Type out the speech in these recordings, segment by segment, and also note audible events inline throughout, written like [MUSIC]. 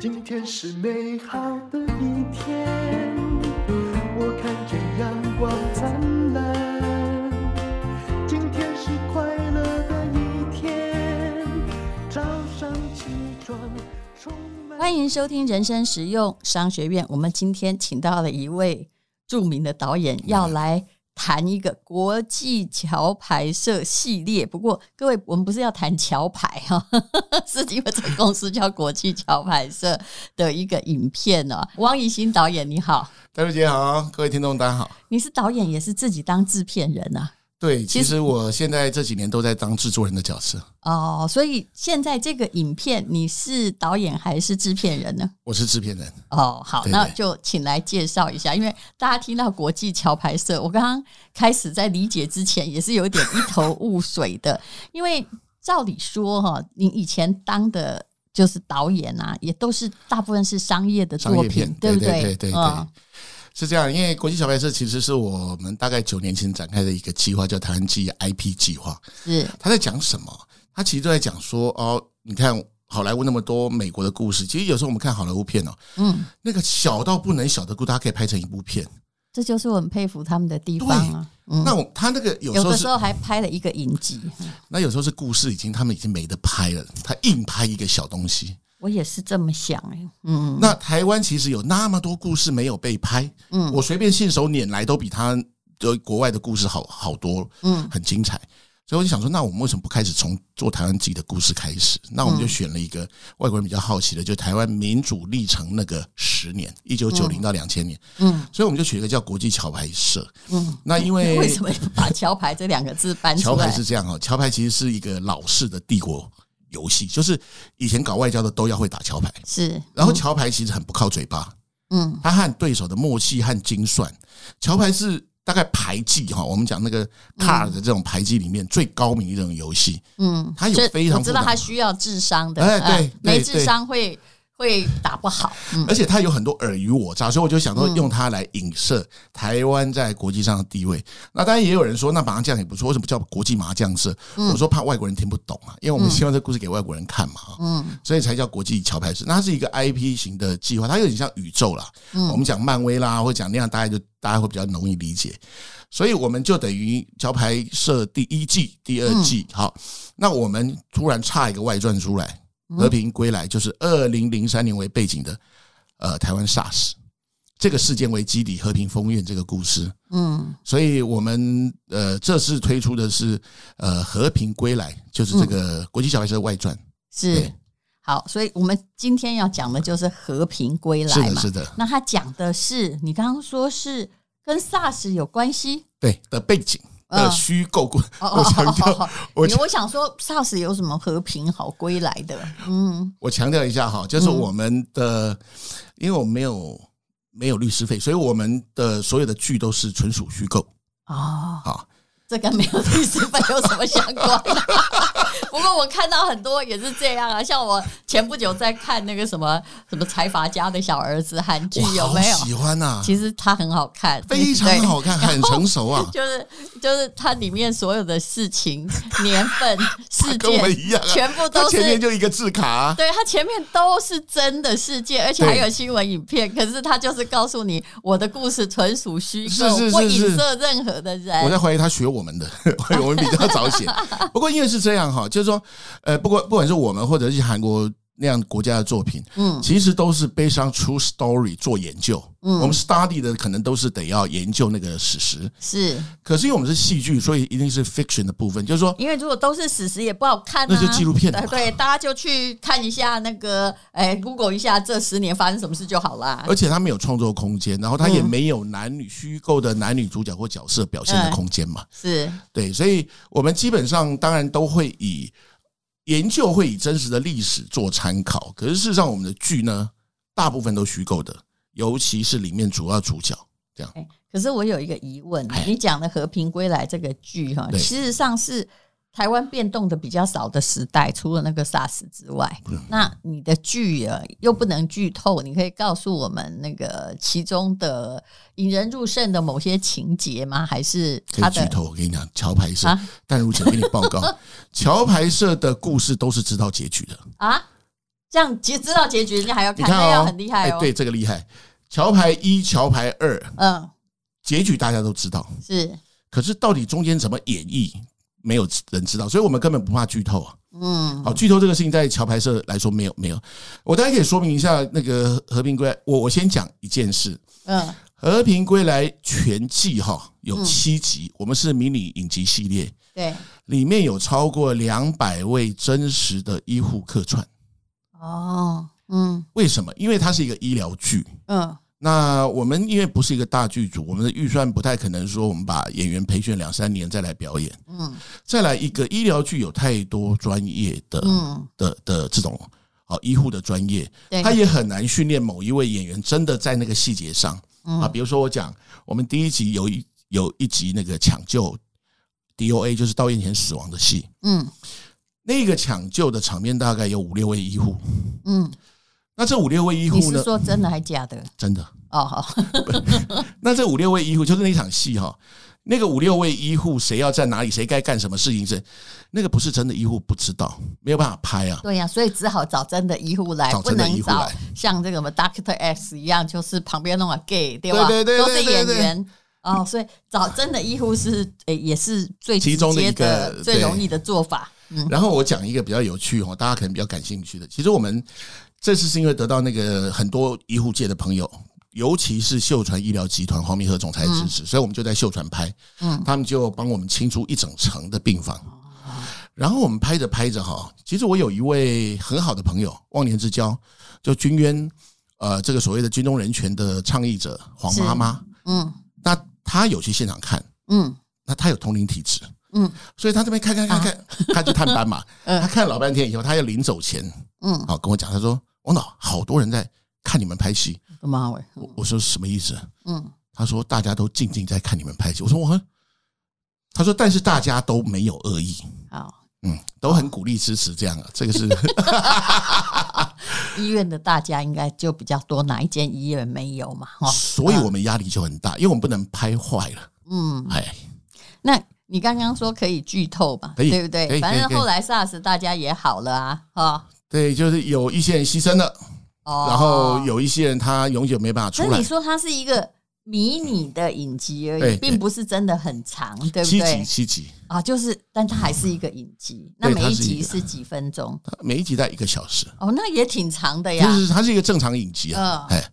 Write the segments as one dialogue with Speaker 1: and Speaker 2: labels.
Speaker 1: 今天是美好的一天，我看见阳光灿烂。今天是快乐的一天，早上起床充满。
Speaker 2: 欢迎收听《人生实用商学院》。我们今天请到了一位著名的导演，要来谈一个国际桥牌社系列。不过，各位，我们不是要谈桥牌 [LAUGHS] 哈、哦，是因为这个公司叫国际桥牌社的一个影片哦。汪怡兴导演，你好，
Speaker 3: 戴茹姐好，各位听众大家好。
Speaker 2: 你是导演，也是自己当制片人啊。
Speaker 3: 对，
Speaker 2: 其
Speaker 3: 其实我现在这几年都在当制作人的角色，
Speaker 2: 哦，所以现在这个影片你是导演还是制片人呢？
Speaker 3: 我是制片人。
Speaker 2: 哦，好，
Speaker 3: 对
Speaker 2: 那
Speaker 3: 对
Speaker 2: 就请来介绍一下，因为大家听到国际桥牌社，我刚刚开始在理解之前也是有点一头雾水的，因为照理说哈，你以前当的就是导演啊，也都是大部分是商业的
Speaker 3: 商
Speaker 2: 作
Speaker 3: 业片
Speaker 2: 品，不
Speaker 3: 对对对对对
Speaker 2: 嗯，
Speaker 3: 是这样，因为国际小白社其实是我们大概九年前展开的一个计划，叫台湾记忆 IP 计划。
Speaker 2: 是
Speaker 3: 他在讲什么？他其实都在讲说哦，你看好莱坞那么多美国的故事，其实有时候我们看好莱坞片哦，
Speaker 2: 嗯，
Speaker 3: 那个小到不能小的故事，它可以拍成一部片。
Speaker 2: 这就是我很佩服他们的地方啊。嗯，
Speaker 3: 那我他那个有时
Speaker 2: 有
Speaker 3: 候
Speaker 2: 的
Speaker 3: 是
Speaker 2: 时候还拍了一个影集，
Speaker 3: 那有时候是故事已经他们已经没得拍了，他硬拍一个小东西。
Speaker 2: 我也是这么想哎、嗯
Speaker 3: 那台湾其实有那么多故事没有被拍，
Speaker 2: 嗯
Speaker 3: 我随便信手拈来都比他的国外的故事好好多，
Speaker 2: 嗯
Speaker 3: 很精彩。所以我就想说，那我们为什么不开始从做台湾自己的故事开始？那我们就
Speaker 2: 嗯
Speaker 3: 选了一个外国人比较好奇的，就台湾民主历程那个十年，一九九零到两千年。
Speaker 2: 嗯
Speaker 3: 所以我们就取了一个叫国际桥牌社。
Speaker 2: 嗯，
Speaker 3: 那因为
Speaker 2: 为什么要把桥牌这两个字搬出
Speaker 3: 哎桥
Speaker 2: 来
Speaker 3: 牌？是这样哦，桥牌其实是一个老式的帝国游戏，就是以前搞外交的都要会打桥牌。
Speaker 2: 是，
Speaker 3: 然后桥牌其实很不靠嘴巴，
Speaker 2: 嗯。
Speaker 3: 他和对手的默契和精算。桥牌是大概牌技哈，我们讲那个 card 的这种牌技里面最高明的一种游戏。
Speaker 2: 嗯，
Speaker 3: 它有
Speaker 2: 这
Speaker 3: 非常
Speaker 2: 我知道
Speaker 3: 复杂
Speaker 2: 他需要智商的，
Speaker 3: 哎
Speaker 2: 啊
Speaker 3: 对对
Speaker 2: 没
Speaker 3: 对
Speaker 2: 智商会会打不好，嗯
Speaker 3: 而且它有很多尔虞我诈，所以我就想说用它来影射台湾在国际上的地位。那当然也有人说，那麻将也不错，为什么叫国际麻将社？
Speaker 2: 嗯
Speaker 3: 我说怕外国人听不懂啊，因为我们希望这故事给外国人看嘛，
Speaker 2: 嗯
Speaker 3: 所以才叫国际桥牌社。那它是一个 IP 型的计划，它有点像宇宙啦。我
Speaker 2: 嗯
Speaker 3: 们讲漫威啦，或讲那样，大家就大家会比较容易理解。所以我们就等于桥牌社第一季、第二季，好，那我们突然差一个外传出来，
Speaker 2: 嗯
Speaker 3: 《和平归来》就是二零零三年为背景的，呃，台湾 SARS 这个事件为基底，《和平风院》这个故事。
Speaker 2: 嗯
Speaker 3: 所以我们呃这次推出的是呃《和平归来》，就是这个国际桥牌社的外传。
Speaker 2: 是
Speaker 3: 对
Speaker 2: 好，所以我们今天要讲的就是和平归来
Speaker 3: 是的，
Speaker 2: 嘛。
Speaker 3: 是的，
Speaker 2: 那他讲的是你刚刚说是跟 SARS 有关系，
Speaker 3: 对的背景
Speaker 2: 嗯
Speaker 3: 的虚构故，
Speaker 2: 哦哦
Speaker 3: 我强
Speaker 2: 哦哦
Speaker 3: 调
Speaker 2: 哦，
Speaker 3: 我
Speaker 2: 你我想说 SARS 有什么和平好归来的？嗯
Speaker 3: 我强调一下哈，就是我们的，因为我们没有没有律师费，所以我们的所有的剧都是纯属虚构
Speaker 2: 哦，
Speaker 3: 啊。
Speaker 2: 这跟没有第四本有什么相关？ [LAUGHS] 不过我看到很多也是这样啊，像我前不久在看那个什么什么财阀家的小儿子韩剧
Speaker 3: 我，
Speaker 2: 有
Speaker 3: 好
Speaker 2: 没有？
Speaker 3: 喜欢呐、
Speaker 2: 其实它很好看，
Speaker 3: 非常
Speaker 2: 对。
Speaker 3: 好看，很成熟啊，
Speaker 2: 就是就是它里面所有的事情、年
Speaker 3: [LAUGHS]
Speaker 2: 份、事
Speaker 3: 跟我们
Speaker 2: 件，
Speaker 3: 一样啊。
Speaker 2: 全部
Speaker 3: 它
Speaker 2: 都
Speaker 3: 前
Speaker 2: 是
Speaker 3: 面就一个字卡、啊，
Speaker 2: 对，它前面都是真的事件，而且还有新闻影片。可是它就是告诉你，我的故事纯属虚构，
Speaker 3: 是是是
Speaker 2: 不影
Speaker 3: 是
Speaker 2: 射任何的人。
Speaker 3: 我在怀疑他学我们的， [LAUGHS] 我们比较早写。 [LAUGHS] 不过因为是这样哈，就是说，呃，不过不管是我们或者是韩国那样国家的作品，
Speaker 2: 嗯
Speaker 3: 其实都是悲伤 true story 做研究。
Speaker 2: 嗯
Speaker 3: 我们 study 的可能都是得要研究那个史实。
Speaker 2: 是
Speaker 3: 可是因为我们是戏剧，所以一定是 fiction 的部分，就是说，
Speaker 2: 因为如果都是史实，也不好看、啊。
Speaker 3: 那就纪录片了
Speaker 2: 对
Speaker 3: 嘛
Speaker 2: 对，大家就去看一下那个，哎，Google 一下这十年发生什么事就好啦。
Speaker 3: 而且他没有创作空间，然后他
Speaker 2: 嗯
Speaker 3: 也没有男女虚构的男女主角或角色表现的空间嘛。
Speaker 2: 是，
Speaker 3: 对，所以我们基本上当然都会以研究会以真实的历史做参考，可是事实上我们的剧呢，大部分都虚构的，尤其是里面主要主角。
Speaker 2: 哎可是我有一个疑问啊
Speaker 3: 哎，
Speaker 2: 你讲的《和平归来》这个剧哈，
Speaker 3: 对
Speaker 2: 事实上是台湾变动的比较少的时代，除了那个 SARS 之外，那你的剧啊又不能剧透，你可以告诉我们那个其中的引人入胜的某些情节吗？还是
Speaker 3: 可
Speaker 2: 它
Speaker 3: 以剧
Speaker 2: 的
Speaker 3: 透，我跟你讲，桥牌社
Speaker 2: 啊， [LAUGHS]
Speaker 3: 但如前给你报告，桥牌社的故事都是知道结局的。
Speaker 2: 啊？这样结知道结局，人家还要
Speaker 3: 你
Speaker 2: 看，
Speaker 3: 看
Speaker 2: 那要
Speaker 3: 哦
Speaker 2: 很，厉害哦。
Speaker 3: 对，这个厉害。桥牌一、桥牌二，
Speaker 2: 嗯，
Speaker 3: 结局大家都知道，
Speaker 2: 是，
Speaker 3: 可是到底中间怎么演绎，没有人知道，所以我们根本不怕剧透啊。
Speaker 2: 嗯，
Speaker 3: 好，剧透这个事情在桥牌社来说没有没有，我大概可以说明一下那个和平归来。我我先讲一件事，
Speaker 2: 嗯，
Speaker 3: 和平归来全季哈有七集，我们是迷你影集系列，
Speaker 2: 对，
Speaker 3: 里面有超过两百位真实的医护客串。
Speaker 2: 哦，嗯
Speaker 3: 为什么？因为它是一个医疗剧。
Speaker 2: 嗯，
Speaker 3: 那我们因为不是一个大剧组，我们的预算不太可能说我们把演员培训两三年再来表演。
Speaker 2: 嗯
Speaker 3: 再来一个医疗剧有太多专业的
Speaker 2: 嗯，
Speaker 3: 的的这种啊医护的专业，
Speaker 2: 对，
Speaker 3: 他也很难训练某一位演员真的在那个细节上啊。
Speaker 2: 嗯
Speaker 3: 比如说我讲，我们第一集有一有一集那个抢救 DOA，就是到院前死亡的戏，
Speaker 2: 嗯
Speaker 3: 那个抢救的场面大概有五六位医护。
Speaker 2: 嗯，
Speaker 3: 那这五六位医
Speaker 2: 你
Speaker 3: 护
Speaker 2: 是
Speaker 3: 呢？
Speaker 2: 说真的还假的？
Speaker 3: 真的，
Speaker 2: 哦，好，
Speaker 3: 那这五六位医护就是那一场戏哈、那个五六位医护谁要在哪里，谁该干什么事情是那个不是真的医护不知道，没有办法拍啊。
Speaker 2: [LAUGHS] 对呀、所以只好找真的医护来，
Speaker 3: 找
Speaker 2: 不
Speaker 3: 真的
Speaker 2: 能
Speaker 3: 医护
Speaker 2: 找
Speaker 3: 来
Speaker 2: 像这个什么 Doctor X 一样，就是旁边弄个 gay，对吧？
Speaker 3: 对对对
Speaker 2: 都是
Speaker 3: 对
Speaker 2: 演
Speaker 3: 对
Speaker 2: 员。哦，所以找真的医护是诶、也是最
Speaker 3: 其
Speaker 2: 直
Speaker 3: 中的
Speaker 2: 接
Speaker 3: 一个
Speaker 2: 的、最
Speaker 3: 对
Speaker 2: 容易的做法。嗯
Speaker 3: 然后我讲一个比较有趣哦，大家可能比较感兴趣的。其实我们这次是因为得到那个很多医护界的朋友，尤其是秀传医疗集团黄明和总裁支持，所以我们就在秀传拍，
Speaker 2: 嗯
Speaker 3: 他们就帮我们清出一整层的病房。然后我们拍着拍着哈，其实我有一位很好的朋友，忘年之交，就军渊，呃，这个所谓的军中人权的倡议者黄妈妈，
Speaker 2: 嗯
Speaker 3: 那她有去现场看，
Speaker 2: 嗯
Speaker 3: 那她有同龄体质，
Speaker 2: 嗯啊
Speaker 3: 所以他这边看看看看， [LAUGHS] 他就探班嘛，
Speaker 2: [LAUGHS] 嗯
Speaker 3: 他看老半天以后，他要临走前，
Speaker 2: 嗯，
Speaker 3: 好跟我讲，他说：“王导，好多人在看你们拍戏。
Speaker 2: 我妈喂，
Speaker 3: 我”我说：“什么意思
Speaker 2: 嗯？”
Speaker 3: 他说：“大家都静静在看你们拍戏。”我说：“我很。”他说：“但是大家都没有恶意，
Speaker 2: 好，
Speaker 3: 嗯，都很鼓励支持这样啊，这
Speaker 2: [LAUGHS]
Speaker 3: 个是，
Speaker 2: 医院的大家应该就比较多，哪一间医院没有嘛？哦哈
Speaker 3: 所以我们压力就很大，因为我们不能拍坏了。
Speaker 2: 嗯，
Speaker 3: 哎，
Speaker 2: 那你刚刚说可以剧透嘛，
Speaker 3: 可以
Speaker 2: 对不
Speaker 3: 可
Speaker 2: 对？
Speaker 3: 以
Speaker 2: 反
Speaker 3: 可
Speaker 2: 正
Speaker 3: 以可以
Speaker 2: 后来 SARS 大家也好了啊，哈。
Speaker 3: 对，就是有一些人牺牲了，
Speaker 2: 哦，
Speaker 3: 然后有一些人他永远没办法
Speaker 2: 所以
Speaker 3: 出来
Speaker 2: 你。说它是一个迷你的影集而已，
Speaker 3: 对
Speaker 2: 并不是真的很长，对不
Speaker 3: 七集，
Speaker 2: 对？
Speaker 3: 七集，
Speaker 2: 啊，就是，但它还是一个影集。那
Speaker 3: 对
Speaker 2: 每
Speaker 3: 它
Speaker 2: 一
Speaker 3: 是一
Speaker 2: 集
Speaker 3: 个
Speaker 2: 是几分钟？
Speaker 3: 呃每一集在一个小时，
Speaker 2: 哦，那也挺长的呀
Speaker 3: 就。是它是一个正常影集啊。
Speaker 2: 嗯
Speaker 3: 哎，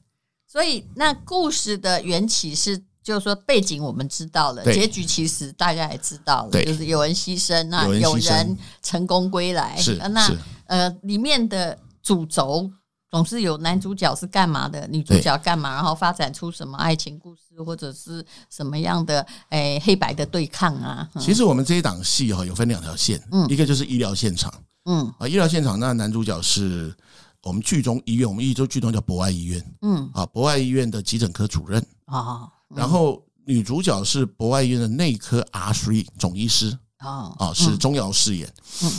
Speaker 2: 所以那故事的缘起是，就是说背景我们知道了，
Speaker 3: 对
Speaker 2: 结局其实大家也知道了，
Speaker 3: 对
Speaker 2: 就是有人牺牲，那
Speaker 3: 有人
Speaker 2: 有
Speaker 3: 牺牲
Speaker 2: 人成功归来，
Speaker 3: 是
Speaker 2: 呃那
Speaker 3: 是
Speaker 2: 呃里面的主轴。总是有男主角是干嘛的，女主角干嘛，然后发展出什么爱情故事，或者是什么样的诶、黑白的对抗啊？嗯
Speaker 3: 其实我们这一档戏哈、有分两条线，
Speaker 2: 嗯
Speaker 3: 一个就是医疗现场
Speaker 2: 嗯
Speaker 3: 啊，医疗现场那男主角是我们剧中医院，我们一周剧中叫博爱医院
Speaker 2: 嗯
Speaker 3: 啊，博爱医院的急诊科主任，
Speaker 2: 哦
Speaker 3: 然后女主角是博爱医院的内科 R three 总医师
Speaker 2: 哦
Speaker 3: 啊，是钟瑶饰演。
Speaker 2: 嗯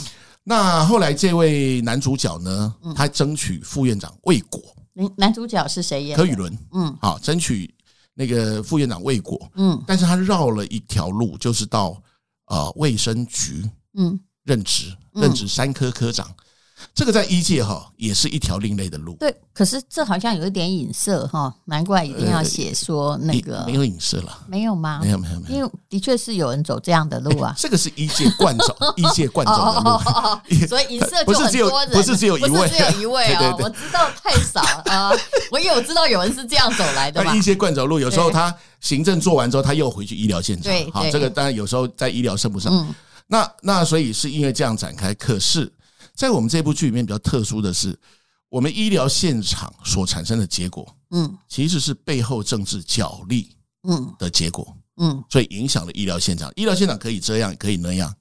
Speaker 3: 那后来这位男主角呢，他争取副院长未果，
Speaker 2: 男男主角是谁演的？
Speaker 3: 柯宇伦
Speaker 2: 嗯
Speaker 3: 啊，争取那个副院长未果，
Speaker 2: 嗯
Speaker 3: 但是他绕了一条路，就是到呃卫生局
Speaker 2: 嗯，
Speaker 3: 任职，
Speaker 2: 嗯
Speaker 3: 任职三科科长，这个在医界哈也是一条另类的路，
Speaker 2: 对，可是这好像有一点影射哈，难怪一定要写说那
Speaker 3: 你
Speaker 2: 个、
Speaker 3: 呃没有影视了，
Speaker 2: 没有吗？
Speaker 3: 没有没有没有，
Speaker 2: 因为的确是有人走这样的路啊。
Speaker 3: 这个是医界惯走，医界惯走的
Speaker 2: 哦
Speaker 3: 路，
Speaker 2: 哦哦，所以影射就很多人，
Speaker 3: 不是只有不是只有一位
Speaker 2: 不是只有一位啊！
Speaker 3: 对对对
Speaker 2: 我知道太少啊，我有知道有人是这样走来的嘛
Speaker 3: 那医。界惯走路，有时候
Speaker 2: 对
Speaker 3: 他行政做完之后，他又回去医疗现场
Speaker 2: 对，
Speaker 3: 好
Speaker 2: 对，
Speaker 3: 这个当然有时候在医疗胜不上，
Speaker 2: 嗯
Speaker 3: 那那所以是因为这样展开，可是，在我们这部剧里面比较特殊的是，我们医疗现场所产生的结果，
Speaker 2: 嗯
Speaker 3: 其实是背后政治角力
Speaker 2: 嗯
Speaker 3: 的结果。
Speaker 2: 嗯，
Speaker 3: 所以影响了医疗现场。医疗现场可以这样，可以那样，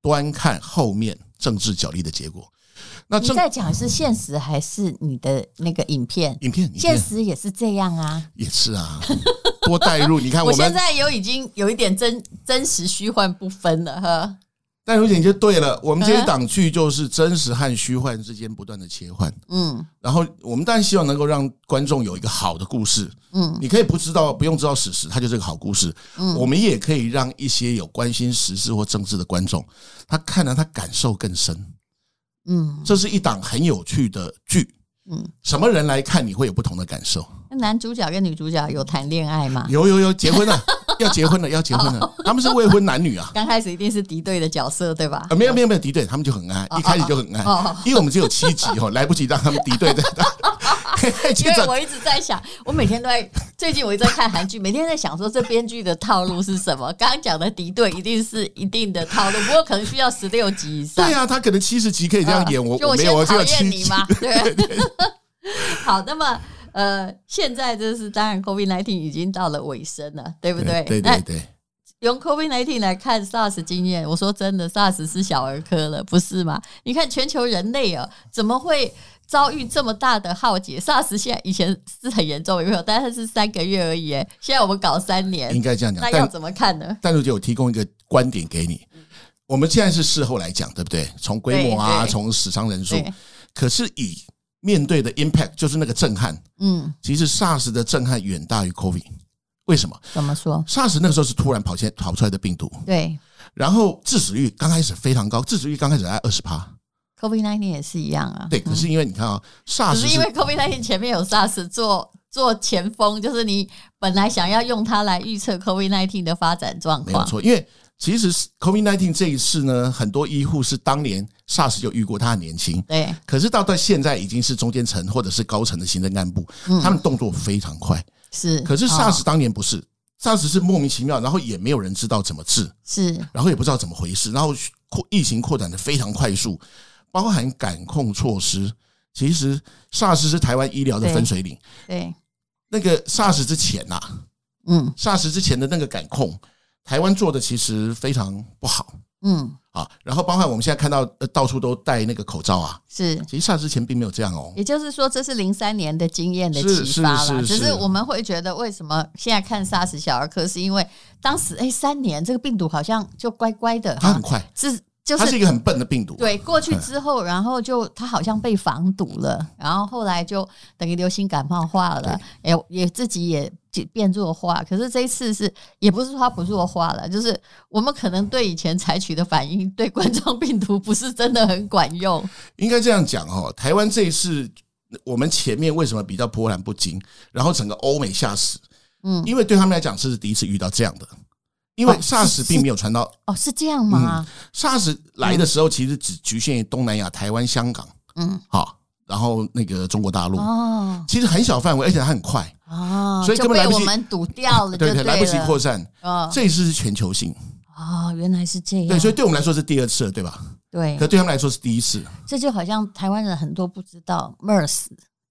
Speaker 3: 端看后面政治角力的结果。那
Speaker 2: 你
Speaker 3: 政
Speaker 2: 在讲是现实还是你的那个影片？
Speaker 3: 影片影
Speaker 2: 现
Speaker 3: 片
Speaker 2: 实也是这样啊。
Speaker 3: 也是啊，多带入。你看
Speaker 2: [LAUGHS] 我
Speaker 3: 我
Speaker 2: 现
Speaker 3: 们
Speaker 2: 在有已经有一点真真实虚幻不分了呵。
Speaker 3: 带入点就对了。我
Speaker 2: [LAUGHS] 嗯
Speaker 3: 们这一档剧就是真实和虚幻之间不断的切换。
Speaker 2: 嗯
Speaker 3: 然后我们当然希望能够让观众有一个好的故事，
Speaker 2: 嗯
Speaker 3: 你可以不知道，不用知道史实，它就是个好故事。我们也可以让一些有关心时事或政治的观众，他看了他感受更深，
Speaker 2: 嗯
Speaker 3: 这是一档很有趣的剧，
Speaker 2: 嗯，
Speaker 3: 什么人来看你会有不同的感受。
Speaker 2: 那男主角跟女主角有谈恋爱吗？
Speaker 3: 有有有，结婚
Speaker 2: [LAUGHS]
Speaker 3: 了，要结婚了，要结婚了，他们是未婚男女啊。
Speaker 2: 刚开始一定是敌对的角色，对吧
Speaker 3: 啊，？没有没有没有敌对，他们就很爱，一开始就很爱
Speaker 2: 哦哦哦，
Speaker 3: 因为我们只有七集哦，来不及让他们敌对
Speaker 2: [LAUGHS]
Speaker 3: 的。 [LAUGHS]
Speaker 2: 因
Speaker 3: 接
Speaker 2: 为
Speaker 3: 着
Speaker 2: 我一直在想，我每天都在， [LAUGHS] 最近我一直在看韩剧，每天在想说这编剧的套路是什么。刚刚讲的敌对一定是一定的套路，不过可能需要十六集以上。
Speaker 3: 对啊，他可能七十集可以这样演，我
Speaker 2: 啊就我
Speaker 3: 没
Speaker 2: 先
Speaker 3: 有，我只
Speaker 2: 讨
Speaker 3: 有
Speaker 2: 厌
Speaker 3: 七
Speaker 2: 你
Speaker 3: 集。 [LAUGHS]
Speaker 2: 嘛，对。 [LAUGHS] 好，那么呃，现在就是当然 COVID nineteen 已经到了尾声了，对不对？
Speaker 3: 对
Speaker 2: 那
Speaker 3: 对对，
Speaker 2: 用 COVID nineteen 来看 SARS 经验，我说真的，SARS 是小儿科了，不是吗？你看全球人类啊，怎么会遭遇这么大的浩劫？SARS 现在以前是很严重，有没有？但是是三个月而已，哎现在我们搞三
Speaker 3: 应
Speaker 2: 年，
Speaker 3: 该这样讲
Speaker 2: 那。要嗯
Speaker 3: 嗯但
Speaker 2: 怎么看呢？
Speaker 3: 但如姐，我提供一个观点给你。我们现在是事后来讲，对不对？从规模啊，
Speaker 2: 对对
Speaker 3: 从死伤人数
Speaker 2: 对，
Speaker 3: 可是以面对的 impact 就是那个震撼，
Speaker 2: 嗯，
Speaker 3: 其实 SARS 的震撼远大于 COVID。为什么
Speaker 2: 怎么说？
Speaker 3: ？SARS 那个时候是突然跑现跑出来的病毒，
Speaker 2: 对
Speaker 3: 然后致死率刚开始非常高，致死率刚开始在二十趴，
Speaker 2: ，COVID nineteen 也是一样啊。
Speaker 3: 对。可是因为你看啊，SARS
Speaker 2: 只是因
Speaker 3: 是
Speaker 2: 为 COVID 1 9前面有 SARS 做做前锋，就是你本来想要用它来预测 COVID 1 9的发展状
Speaker 3: 没有
Speaker 2: 况，
Speaker 3: 错，因为其实 COVID nineteen 这一次呢，很多医护是当年 SARS 就遇过，他很年轻，
Speaker 2: 对，
Speaker 3: 可是到到现在已经是中间层或者是高层的行政干部，他们动作非常快。
Speaker 2: 是。
Speaker 3: 可是
Speaker 2: 哦
Speaker 3: SARS 当年不是、s a r s 是莫名其妙，然后也没有人知道怎么治，
Speaker 2: 是
Speaker 3: 然后也不知道怎么回事，然后扩疫情扩展的非常快速，包含感控措施。其实 SARS 是台湾医疗的分水岭。
Speaker 2: 对，
Speaker 3: 那个 SARS 之前呐、
Speaker 2: 嗯
Speaker 3: s a r s 之前的那个感控，台湾做的其实非常不好
Speaker 2: 嗯，
Speaker 3: 啊。然后包含我们现在看到呃到处都戴那个口罩啊，
Speaker 2: 是。
Speaker 3: 其实 SARS 之前并没有这样哦。
Speaker 2: 也就是说，这是零三年的经验的
Speaker 3: 是
Speaker 2: 启发啦。
Speaker 3: 是
Speaker 2: 只
Speaker 3: 是
Speaker 2: 是
Speaker 3: 是
Speaker 2: 我们会觉得，为什么现在看 SARS 小儿科，是因为当时哎三年这个病毒好像就乖乖的
Speaker 3: 它
Speaker 2: 哈
Speaker 3: 很，快，
Speaker 2: 是就
Speaker 3: 它
Speaker 2: 是
Speaker 3: 是一个很笨的病毒。
Speaker 2: 对，过去之后，然后就他好像被防堵
Speaker 3: 嗯
Speaker 2: 了，然后后来就等于流行感冒化了，也也自己也变弱化。可是这一次是，也不是说他不弱化了，就是我们可能对以前采取的反应，对冠状病毒不是真的很管用。
Speaker 3: 应该这样讲哦，台湾这一次我们前面为什么比较波澜不惊，然后整个欧美吓死，
Speaker 2: 嗯，
Speaker 3: 因为对他们来讲是第一次遇到这样的，因为
Speaker 2: 哦是
Speaker 3: SARS 并
Speaker 2: 是嗯
Speaker 3: 没有传到
Speaker 2: 哦，是这样吗？
Speaker 3: SARS 来的时候，其实只局限于东南亚、台湾、香港，
Speaker 2: 嗯，
Speaker 3: 好，然后那个中国大陆，
Speaker 2: 哦
Speaker 3: 其实很小范围，而且它很快，
Speaker 2: 哦，
Speaker 3: 所以
Speaker 2: 就
Speaker 3: 根本
Speaker 2: 被
Speaker 3: 来不
Speaker 2: 我
Speaker 3: 及
Speaker 2: 们堵掉了，就
Speaker 3: 对
Speaker 2: 对
Speaker 3: 对，来不及
Speaker 2: 了
Speaker 3: 扩散。
Speaker 2: 哦
Speaker 3: 这一次是全球性，
Speaker 2: 哦，原来是这样，
Speaker 3: 对，所以对我们来说是第二次了，对吧？
Speaker 2: 对
Speaker 3: 可对他们来说是第一次，
Speaker 2: 这就好像台湾人很多不知道 MERS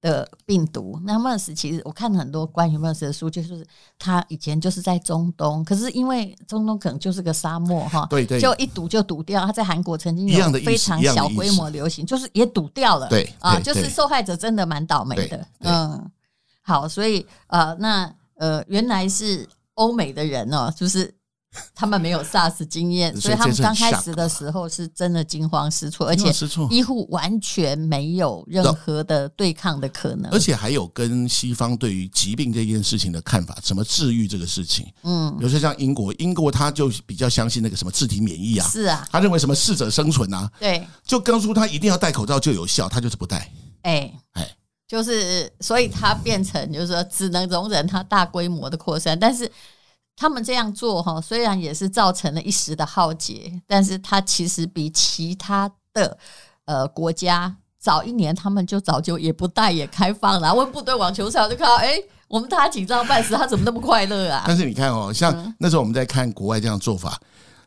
Speaker 2: 的病毒。那 MERS 其实我看了很多关于 MERS 的书，就是它以前就是在中东，可是因为中东可能就是个沙漠哈，
Speaker 3: 对对
Speaker 2: 就一堵就堵掉。它在韩国曾经
Speaker 3: 一
Speaker 2: 有
Speaker 3: 样的意思
Speaker 2: 非常
Speaker 3: 一样的
Speaker 2: 小
Speaker 3: 意思
Speaker 2: 规模流行，就是也堵掉了。
Speaker 3: 对
Speaker 2: 啊，
Speaker 3: 对
Speaker 2: 就是
Speaker 3: 对
Speaker 2: 受害者真的蛮倒霉
Speaker 3: 对
Speaker 2: 的
Speaker 3: 对。
Speaker 2: 嗯，好，所以呃，那呃，原来是欧美的人哦，就是。他们没有 SARS 经验，所
Speaker 3: 所
Speaker 2: 以
Speaker 3: 以
Speaker 2: 他们
Speaker 3: 这是很
Speaker 2: 刚开
Speaker 3: shock
Speaker 2: 始的时候是真的惊慌失措，而
Speaker 3: 没
Speaker 2: 且
Speaker 3: 有失错。
Speaker 2: 医护完全没有任何的对抗的可能
Speaker 3: 而。且还有跟西方对于疾病这件事情的看法，怎么治愈这个事情，
Speaker 2: 嗯
Speaker 3: 比，如说像英国，英国他就比较相信那个什么自体免疫啊，
Speaker 2: 是啊，
Speaker 3: 他认为什么适者生存啊，
Speaker 2: 对，
Speaker 3: 就告诉他一定要戴口罩就有效，他就是不戴。
Speaker 2: 哎、
Speaker 3: 哎，
Speaker 2: 就是所以它变成就是说只能容忍它大规模的扩散，但是他们这样做哈，虽然也是造成了一时的浩劫，但是它其实比其他的呃国家早一年，他们就早就也不带也开放了。啊问部队网球场就看到，哎、我们大家紧张半死，他怎么那么快乐啊？嗯
Speaker 3: 但是你看哦，像那时候我们在看国外这样做法，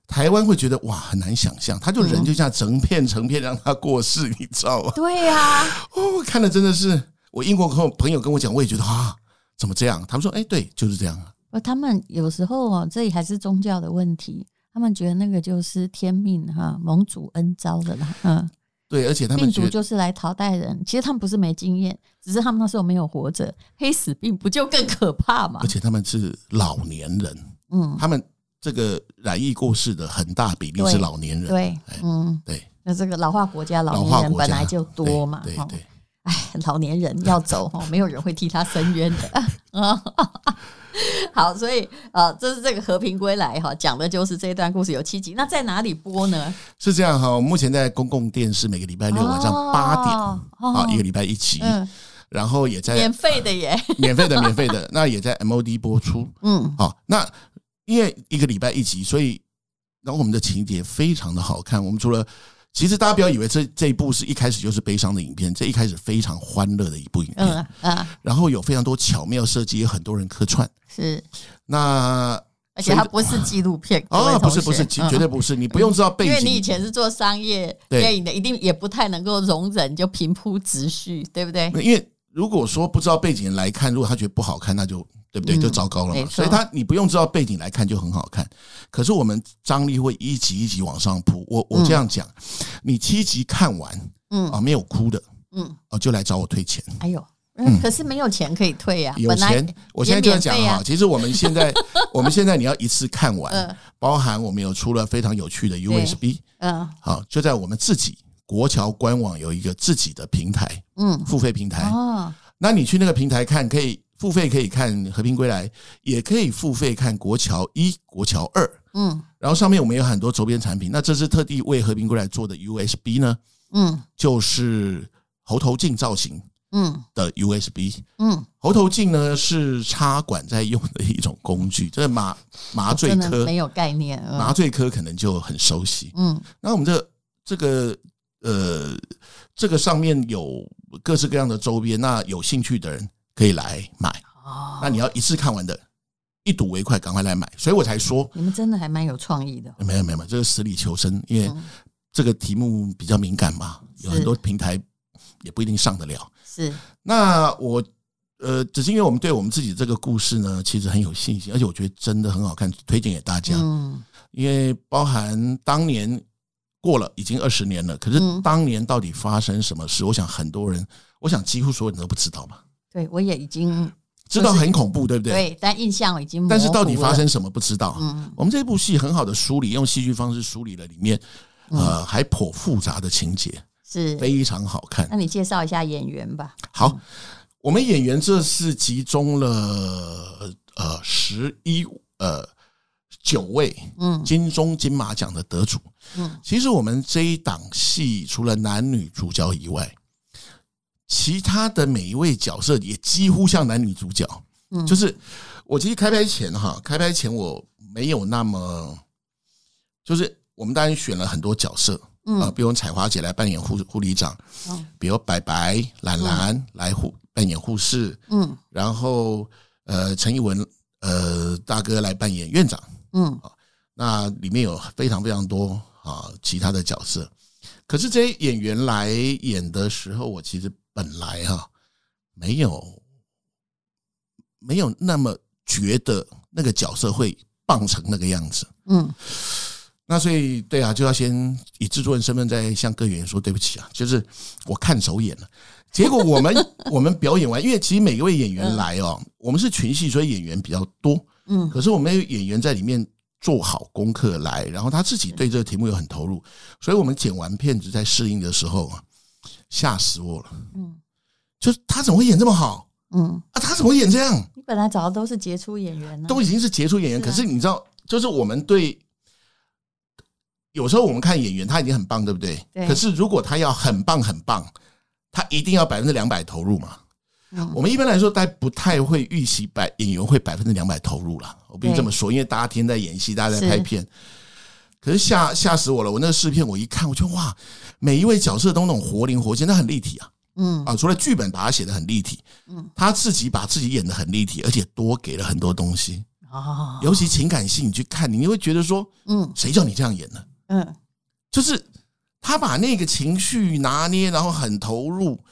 Speaker 3: 台湾会觉得哇很难想象，他就
Speaker 2: 嗯
Speaker 3: 人就这样成片成片让他过世，你知道吗？
Speaker 2: 对啊呀、嗯
Speaker 3: 哦， [LAUGHS] 看的真的是我英国朋友朋友跟我讲，我也觉得啊怎么这样？他们说哎对，就是这样啊。
Speaker 2: 不，他们有时候哦，这里还是宗教的问题，他们觉得那个就是天命哈，盟主恩招的啦，嗯，
Speaker 3: 对，而且他们
Speaker 2: 病
Speaker 3: 觉
Speaker 2: 毒
Speaker 3: 得
Speaker 2: 就是来淘汰人。其实他们不是没经验，只是他们那时候没有活着，黑死病不就更可怕吗
Speaker 3: 而？且他们是老年人，
Speaker 2: 嗯，
Speaker 3: 他们这个染疫过世的很大比例是
Speaker 2: 对
Speaker 3: 老年人，
Speaker 2: 对，嗯，
Speaker 3: 对，
Speaker 2: 那这个老化国家老
Speaker 3: 哎老
Speaker 2: 年
Speaker 3: 化
Speaker 2: 人
Speaker 3: 国
Speaker 2: 本
Speaker 3: 家
Speaker 2: 来就多嘛，
Speaker 3: 对
Speaker 2: 哈
Speaker 3: 对对，
Speaker 2: [LAUGHS] 哎，老年人要走哦，没有人会替他伸冤的。好，所以呃，这是这个《和平归来》哈，讲的就是这一段故事有七集。那在哪里播呢？
Speaker 3: 是这样哈，我目前在公共电视每个礼拜六晚上八点
Speaker 2: 哦
Speaker 3: 啊
Speaker 2: 哦，
Speaker 3: 一个礼拜一集，
Speaker 2: 嗯，
Speaker 3: 然后也在
Speaker 2: 免费的耶，
Speaker 3: 免费
Speaker 2: [LAUGHS]
Speaker 3: 的免费的，那也在 MOD 播出。
Speaker 2: 嗯，
Speaker 3: 好，那因为一个礼拜一集，所以然后我们的情节非常的好看。我们除了其实大家不要以为这这一部是一开始就是悲伤的影片，这一开始非常欢乐的一部影片，
Speaker 2: 嗯啊，
Speaker 3: 然后有非常多巧妙设计，也很多人客串。
Speaker 2: 是，
Speaker 3: 那
Speaker 2: 而且它不是纪录片
Speaker 3: 啊，不是不是，
Speaker 2: 绝
Speaker 3: 绝对不是，你不用知道
Speaker 2: 嗯
Speaker 3: 背
Speaker 2: 因为你以
Speaker 3: 景。
Speaker 2: 前是做商业
Speaker 3: 对
Speaker 2: 电影的，一定也不太能够容忍就平铺直叙，对不对？
Speaker 3: 因为如果说不知道背景人来看，如果他觉得不好看，那就对不对？
Speaker 2: 嗯
Speaker 3: 就糟糕了
Speaker 2: 没
Speaker 3: 嘛。
Speaker 2: 错
Speaker 3: 所以他你不用知道背景来看就很好看。可是我们张力会一集一集往上铺。我我这样讲，你七集看完
Speaker 2: 嗯
Speaker 3: 啊，没有哭的
Speaker 2: 嗯，
Speaker 3: 啊，就来找我退钱。
Speaker 2: 哎呦，
Speaker 3: 嗯
Speaker 2: 可是没有钱可以退呀、
Speaker 3: 有
Speaker 2: 啊本来
Speaker 3: 钱，我现在就要讲
Speaker 2: 也免费
Speaker 3: 哈
Speaker 2: 啊，
Speaker 3: 其实我们
Speaker 2: [LAUGHS]
Speaker 3: 现在我们现在你要一次看
Speaker 2: 嗯
Speaker 3: 完，包含我们有出了非常有趣的
Speaker 2: 对
Speaker 3: USB，
Speaker 2: 嗯
Speaker 3: 好，啊就在我们自己国桥官网有一个自己的平台，
Speaker 2: 嗯
Speaker 3: 付费平台。
Speaker 2: 哦
Speaker 3: 那你去那个平台看，可以付费可以看《和平归来》，也可以付费看国桥一、国桥二。
Speaker 2: 嗯
Speaker 3: 然后上面我们有很多周边产品，那这是特地为《和平归来》做的 USB 呢，
Speaker 2: 嗯
Speaker 3: 就是猴头镜造型
Speaker 2: 嗯
Speaker 3: 的 USB。
Speaker 2: 嗯，
Speaker 3: 猴头镜呢是插管在用的一种工具，这麻麻醉
Speaker 2: 哦真的
Speaker 3: 科
Speaker 2: 没有概念，嗯
Speaker 3: 麻醉科可能就很熟悉。
Speaker 2: 嗯
Speaker 3: 那我们这这个呃，这个上面有各式各样的周边，那有兴趣的人可以来买。
Speaker 2: 哦，
Speaker 3: 那你要一次看完的，一睹为快，赶快来买。所以我才说，
Speaker 2: 你们真的还蛮有创意的，
Speaker 3: 没有没有没有，这个死里求生，因为
Speaker 2: 嗯
Speaker 3: 这个题目比较敏感嘛，有
Speaker 2: 是
Speaker 3: 很多平台也不一定上得了。
Speaker 2: 是
Speaker 3: 那我呃，只是因为我们对我们自己这个故事呢，其实很有信心，而且我觉得真的很好看，推荐给大家。
Speaker 2: 嗯
Speaker 3: 因为包含当年过了已经二十年了，可
Speaker 2: 嗯
Speaker 3: 是当年到底发生什么事，我想很多人，我想几乎所有人都不知道吧，
Speaker 2: 对我也已经
Speaker 3: 知道很恐怖，对不对？
Speaker 2: 对，但印象已经模糊了
Speaker 3: 但是到底发生什么不知道。
Speaker 2: 嗯
Speaker 3: 我们这部戏很好的梳理，用戏剧方式梳理了里面
Speaker 2: 嗯
Speaker 3: 呃还颇复杂的情节，
Speaker 2: 是，
Speaker 3: 非常好看。
Speaker 2: 那你介绍一下演员吧，
Speaker 3: 好，我们演员这次集中了呃十一呃九位
Speaker 2: 嗯
Speaker 3: 金钟金马奖的得主。
Speaker 2: 嗯
Speaker 3: 其实我们这一档戏除了男女主角以外，其他的每一位角色也几乎像男女主角。
Speaker 2: 嗯，
Speaker 3: 就是是我其实开拍前哈，开拍前我没有那么，就是我们当然选了很多角色啊、
Speaker 2: 嗯
Speaker 3: 比如彩华姐来扮演护护理长，
Speaker 2: 嗯
Speaker 3: 比如白白、兰兰来护扮演护士，
Speaker 2: 嗯
Speaker 3: 然后呃陈一文呃大哥来扮演院长。
Speaker 2: 嗯
Speaker 3: 那里面有非常非常多啊其他的角色。可是这些演员来演的时候，我其实本来哈、没有没有那么觉得那个角色会棒成那个样子。
Speaker 2: 嗯
Speaker 3: 那所以对啊，就要先以制作人身份再向各演员说对不起啊，就是我看走眼了。结果我们 [LAUGHS] 我们表演完，因为其实每一位演员来哦，我们是群戏，所以演员比较多。
Speaker 2: 嗯
Speaker 3: 可是我们有演员在里面做好功课来，然后他自己对这个题目又很投入，所以我们剪完片子在试映的时候啊，吓死我了！
Speaker 2: 嗯
Speaker 3: 就是他怎么会演这么好
Speaker 2: 嗯，
Speaker 3: 啊？他怎么会演这样？
Speaker 2: 你本来找的都是杰出演员呢，
Speaker 3: 都已经是杰出演员，
Speaker 2: 是啊
Speaker 3: 可是你知道，就是我们对。有时候我们看演员，他已经很棒，对不对？
Speaker 2: 对
Speaker 3: 可是如果他要很棒很棒，他一定要百分之两百投入嘛。
Speaker 2: 嗯
Speaker 3: 我们一般来说，大家不太会预期百演员会百分之两百投入啦。我必须
Speaker 2: 对
Speaker 3: 这么说，因为大家天天在演戏，大家在
Speaker 2: 是
Speaker 3: 拍片。可是吓吓死我了！我那个试片，我一看，我就哇，每一位角色都那种活灵活现，那很立体啊
Speaker 2: 嗯
Speaker 3: 啊！除了剧本把它写的很立体，
Speaker 2: 嗯
Speaker 3: 他自己把自己演的很立体，而且多给了很多东西，
Speaker 2: 哦，
Speaker 3: 尤其情感戏，你去看，你会觉得说，
Speaker 2: 嗯
Speaker 3: 谁叫你这样演的？
Speaker 2: 嗯
Speaker 3: 就是他把那个情绪拿捏，然后很投入，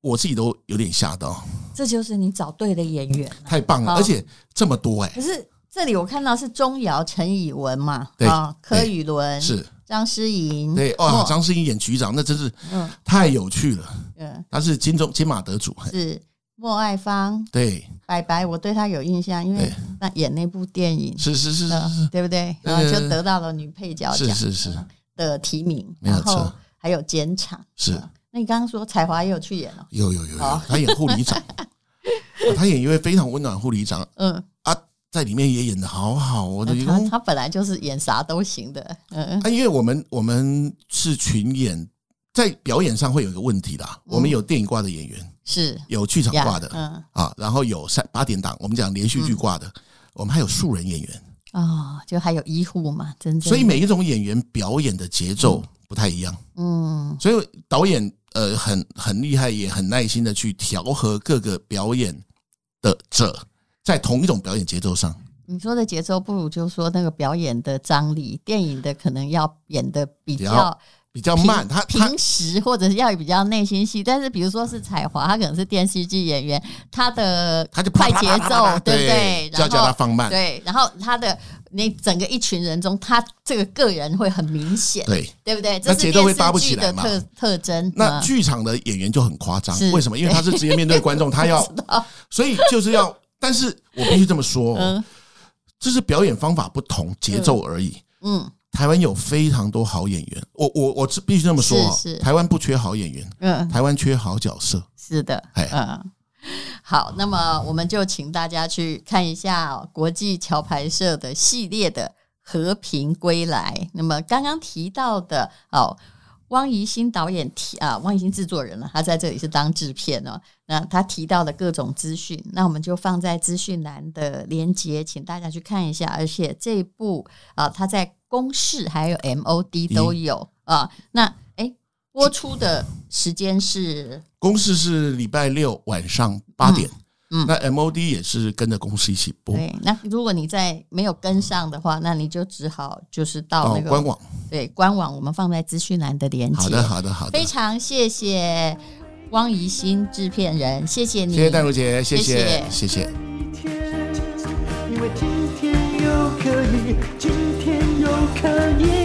Speaker 3: 我自己都有点吓到。
Speaker 2: 这就是你找对的演员了。
Speaker 3: 太棒了，
Speaker 2: 好
Speaker 3: 而且这么多哎、
Speaker 2: 可是这里我看到是钟瑶、陈以文嘛，
Speaker 3: 对
Speaker 2: 啊，柯
Speaker 3: 对
Speaker 2: 宇伦、
Speaker 3: 是
Speaker 2: 张诗颖，
Speaker 3: 对哦
Speaker 2: 莫，
Speaker 3: 张世英演局长，那真是
Speaker 2: 嗯
Speaker 3: 太有趣了。
Speaker 2: 嗯
Speaker 3: 他是金钟金马得主，嘿
Speaker 2: 是莫爱芳、
Speaker 3: 对，
Speaker 2: 白白，我对她有印象，因为
Speaker 3: 对
Speaker 2: 那演那部电影，
Speaker 3: 是是是是
Speaker 2: 嗯，对嗯不对？
Speaker 3: 对
Speaker 2: 然后就
Speaker 3: 对对
Speaker 2: 得到了女配角
Speaker 3: 是
Speaker 2: 奖
Speaker 3: 是是
Speaker 2: 的提名，
Speaker 3: 没有
Speaker 2: 然后
Speaker 3: 错
Speaker 2: 还有剪场。
Speaker 3: 是
Speaker 2: 嗯那你刚刚说彩华也有去演哦，
Speaker 3: 有有有有
Speaker 2: 好， [LAUGHS]
Speaker 3: 他演护理长，他演一位非常温暖的护理长
Speaker 2: 嗯，
Speaker 3: 啊，在里面也演的好好哦，就是
Speaker 2: 他他本来就是演啥都行的，嗯
Speaker 3: 啊，因为我们我们是群演，在表演上会有一个问题啦，我们有电影挂的演员，
Speaker 2: 是
Speaker 3: 有剧
Speaker 2: 嗯
Speaker 3: 场
Speaker 2: 呀
Speaker 3: 挂的
Speaker 2: 嗯
Speaker 3: 啊，然后有三八点档，我们讲连续剧挂的，我们还有素人演员，
Speaker 2: 哦，就还有医护嘛，真正
Speaker 3: 所以每一种演员表演的节奏不太一样，
Speaker 2: 嗯
Speaker 3: 所以导演呃很很厉害，也很耐心的去调和各个表演的者在同一种表演节奏上。
Speaker 2: 你说的节奏，不如就说那个表演的张力，电影的可能要演的比
Speaker 3: 比
Speaker 2: 较
Speaker 3: 较比较
Speaker 2: 平
Speaker 3: 慢，他他
Speaker 2: 平时或者是要比较内心戏，但是比如说是彩华，他可能是电视剧演员，他的
Speaker 3: 他就啪
Speaker 2: 快
Speaker 3: 啪
Speaker 2: 节
Speaker 3: 啪啪啪
Speaker 2: 奏
Speaker 3: 啪，
Speaker 2: 对不对？
Speaker 3: 就要叫他
Speaker 2: 然后
Speaker 3: 放慢，
Speaker 2: 对，然后他的那整个一群人中，他这个个人会很明显，
Speaker 3: 对。
Speaker 2: 对不对？这
Speaker 3: 那
Speaker 2: 是
Speaker 3: 节奏会
Speaker 2: 电视
Speaker 3: 搭不
Speaker 2: 剧
Speaker 3: 起来
Speaker 2: 的
Speaker 3: 嘛
Speaker 2: 特特征。
Speaker 3: 那
Speaker 2: 嗯
Speaker 3: 剧场的演员就很夸张
Speaker 2: 是，
Speaker 3: 为什么？因为他是直接面对观
Speaker 2: [LAUGHS]
Speaker 3: 众，他要，所以就是要。但是我必须这么说、哦，
Speaker 2: 嗯
Speaker 3: 这是表演方法不同，节奏而已。
Speaker 2: 嗯
Speaker 3: 台湾有非常多好演员，我我我是必须这么说、哦
Speaker 2: 是是
Speaker 3: 台湾不缺好演员，
Speaker 2: 嗯，
Speaker 3: 台湾缺好角色。
Speaker 2: 是的，
Speaker 3: 哎
Speaker 2: 嗯。好，那么我们就请大家去看一下哦、国际桥牌社的系列的《和平归来》。那么刚刚提到的哦，汪怡欣导演提啊，汪怡欣制作人了、他在这里是当制片哦。那他提到的各种资讯，那我们就放在资讯栏的连接，请大家去看一下。而且这一部啊，他在公视还有 MOD 都有啊。那诶，播出的时间是
Speaker 3: 公式是礼拜六晚上八点，
Speaker 2: 嗯嗯
Speaker 3: 那 MOD 也是跟着公司一起播
Speaker 2: 对，那如果你在没有跟上的话，那你就只好就是到
Speaker 3: 到
Speaker 2: 那个、
Speaker 3: 哦官网。
Speaker 2: 对官网，我们放在资讯栏的连接。
Speaker 3: 好的，好的，好的
Speaker 2: 非，常谢谢汪怡欣制片人，谢谢你，
Speaker 3: 谢谢戴如姐，谢
Speaker 2: 谢谢
Speaker 3: 谢谢。
Speaker 1: 一天，因为今天又可以，今天又可以。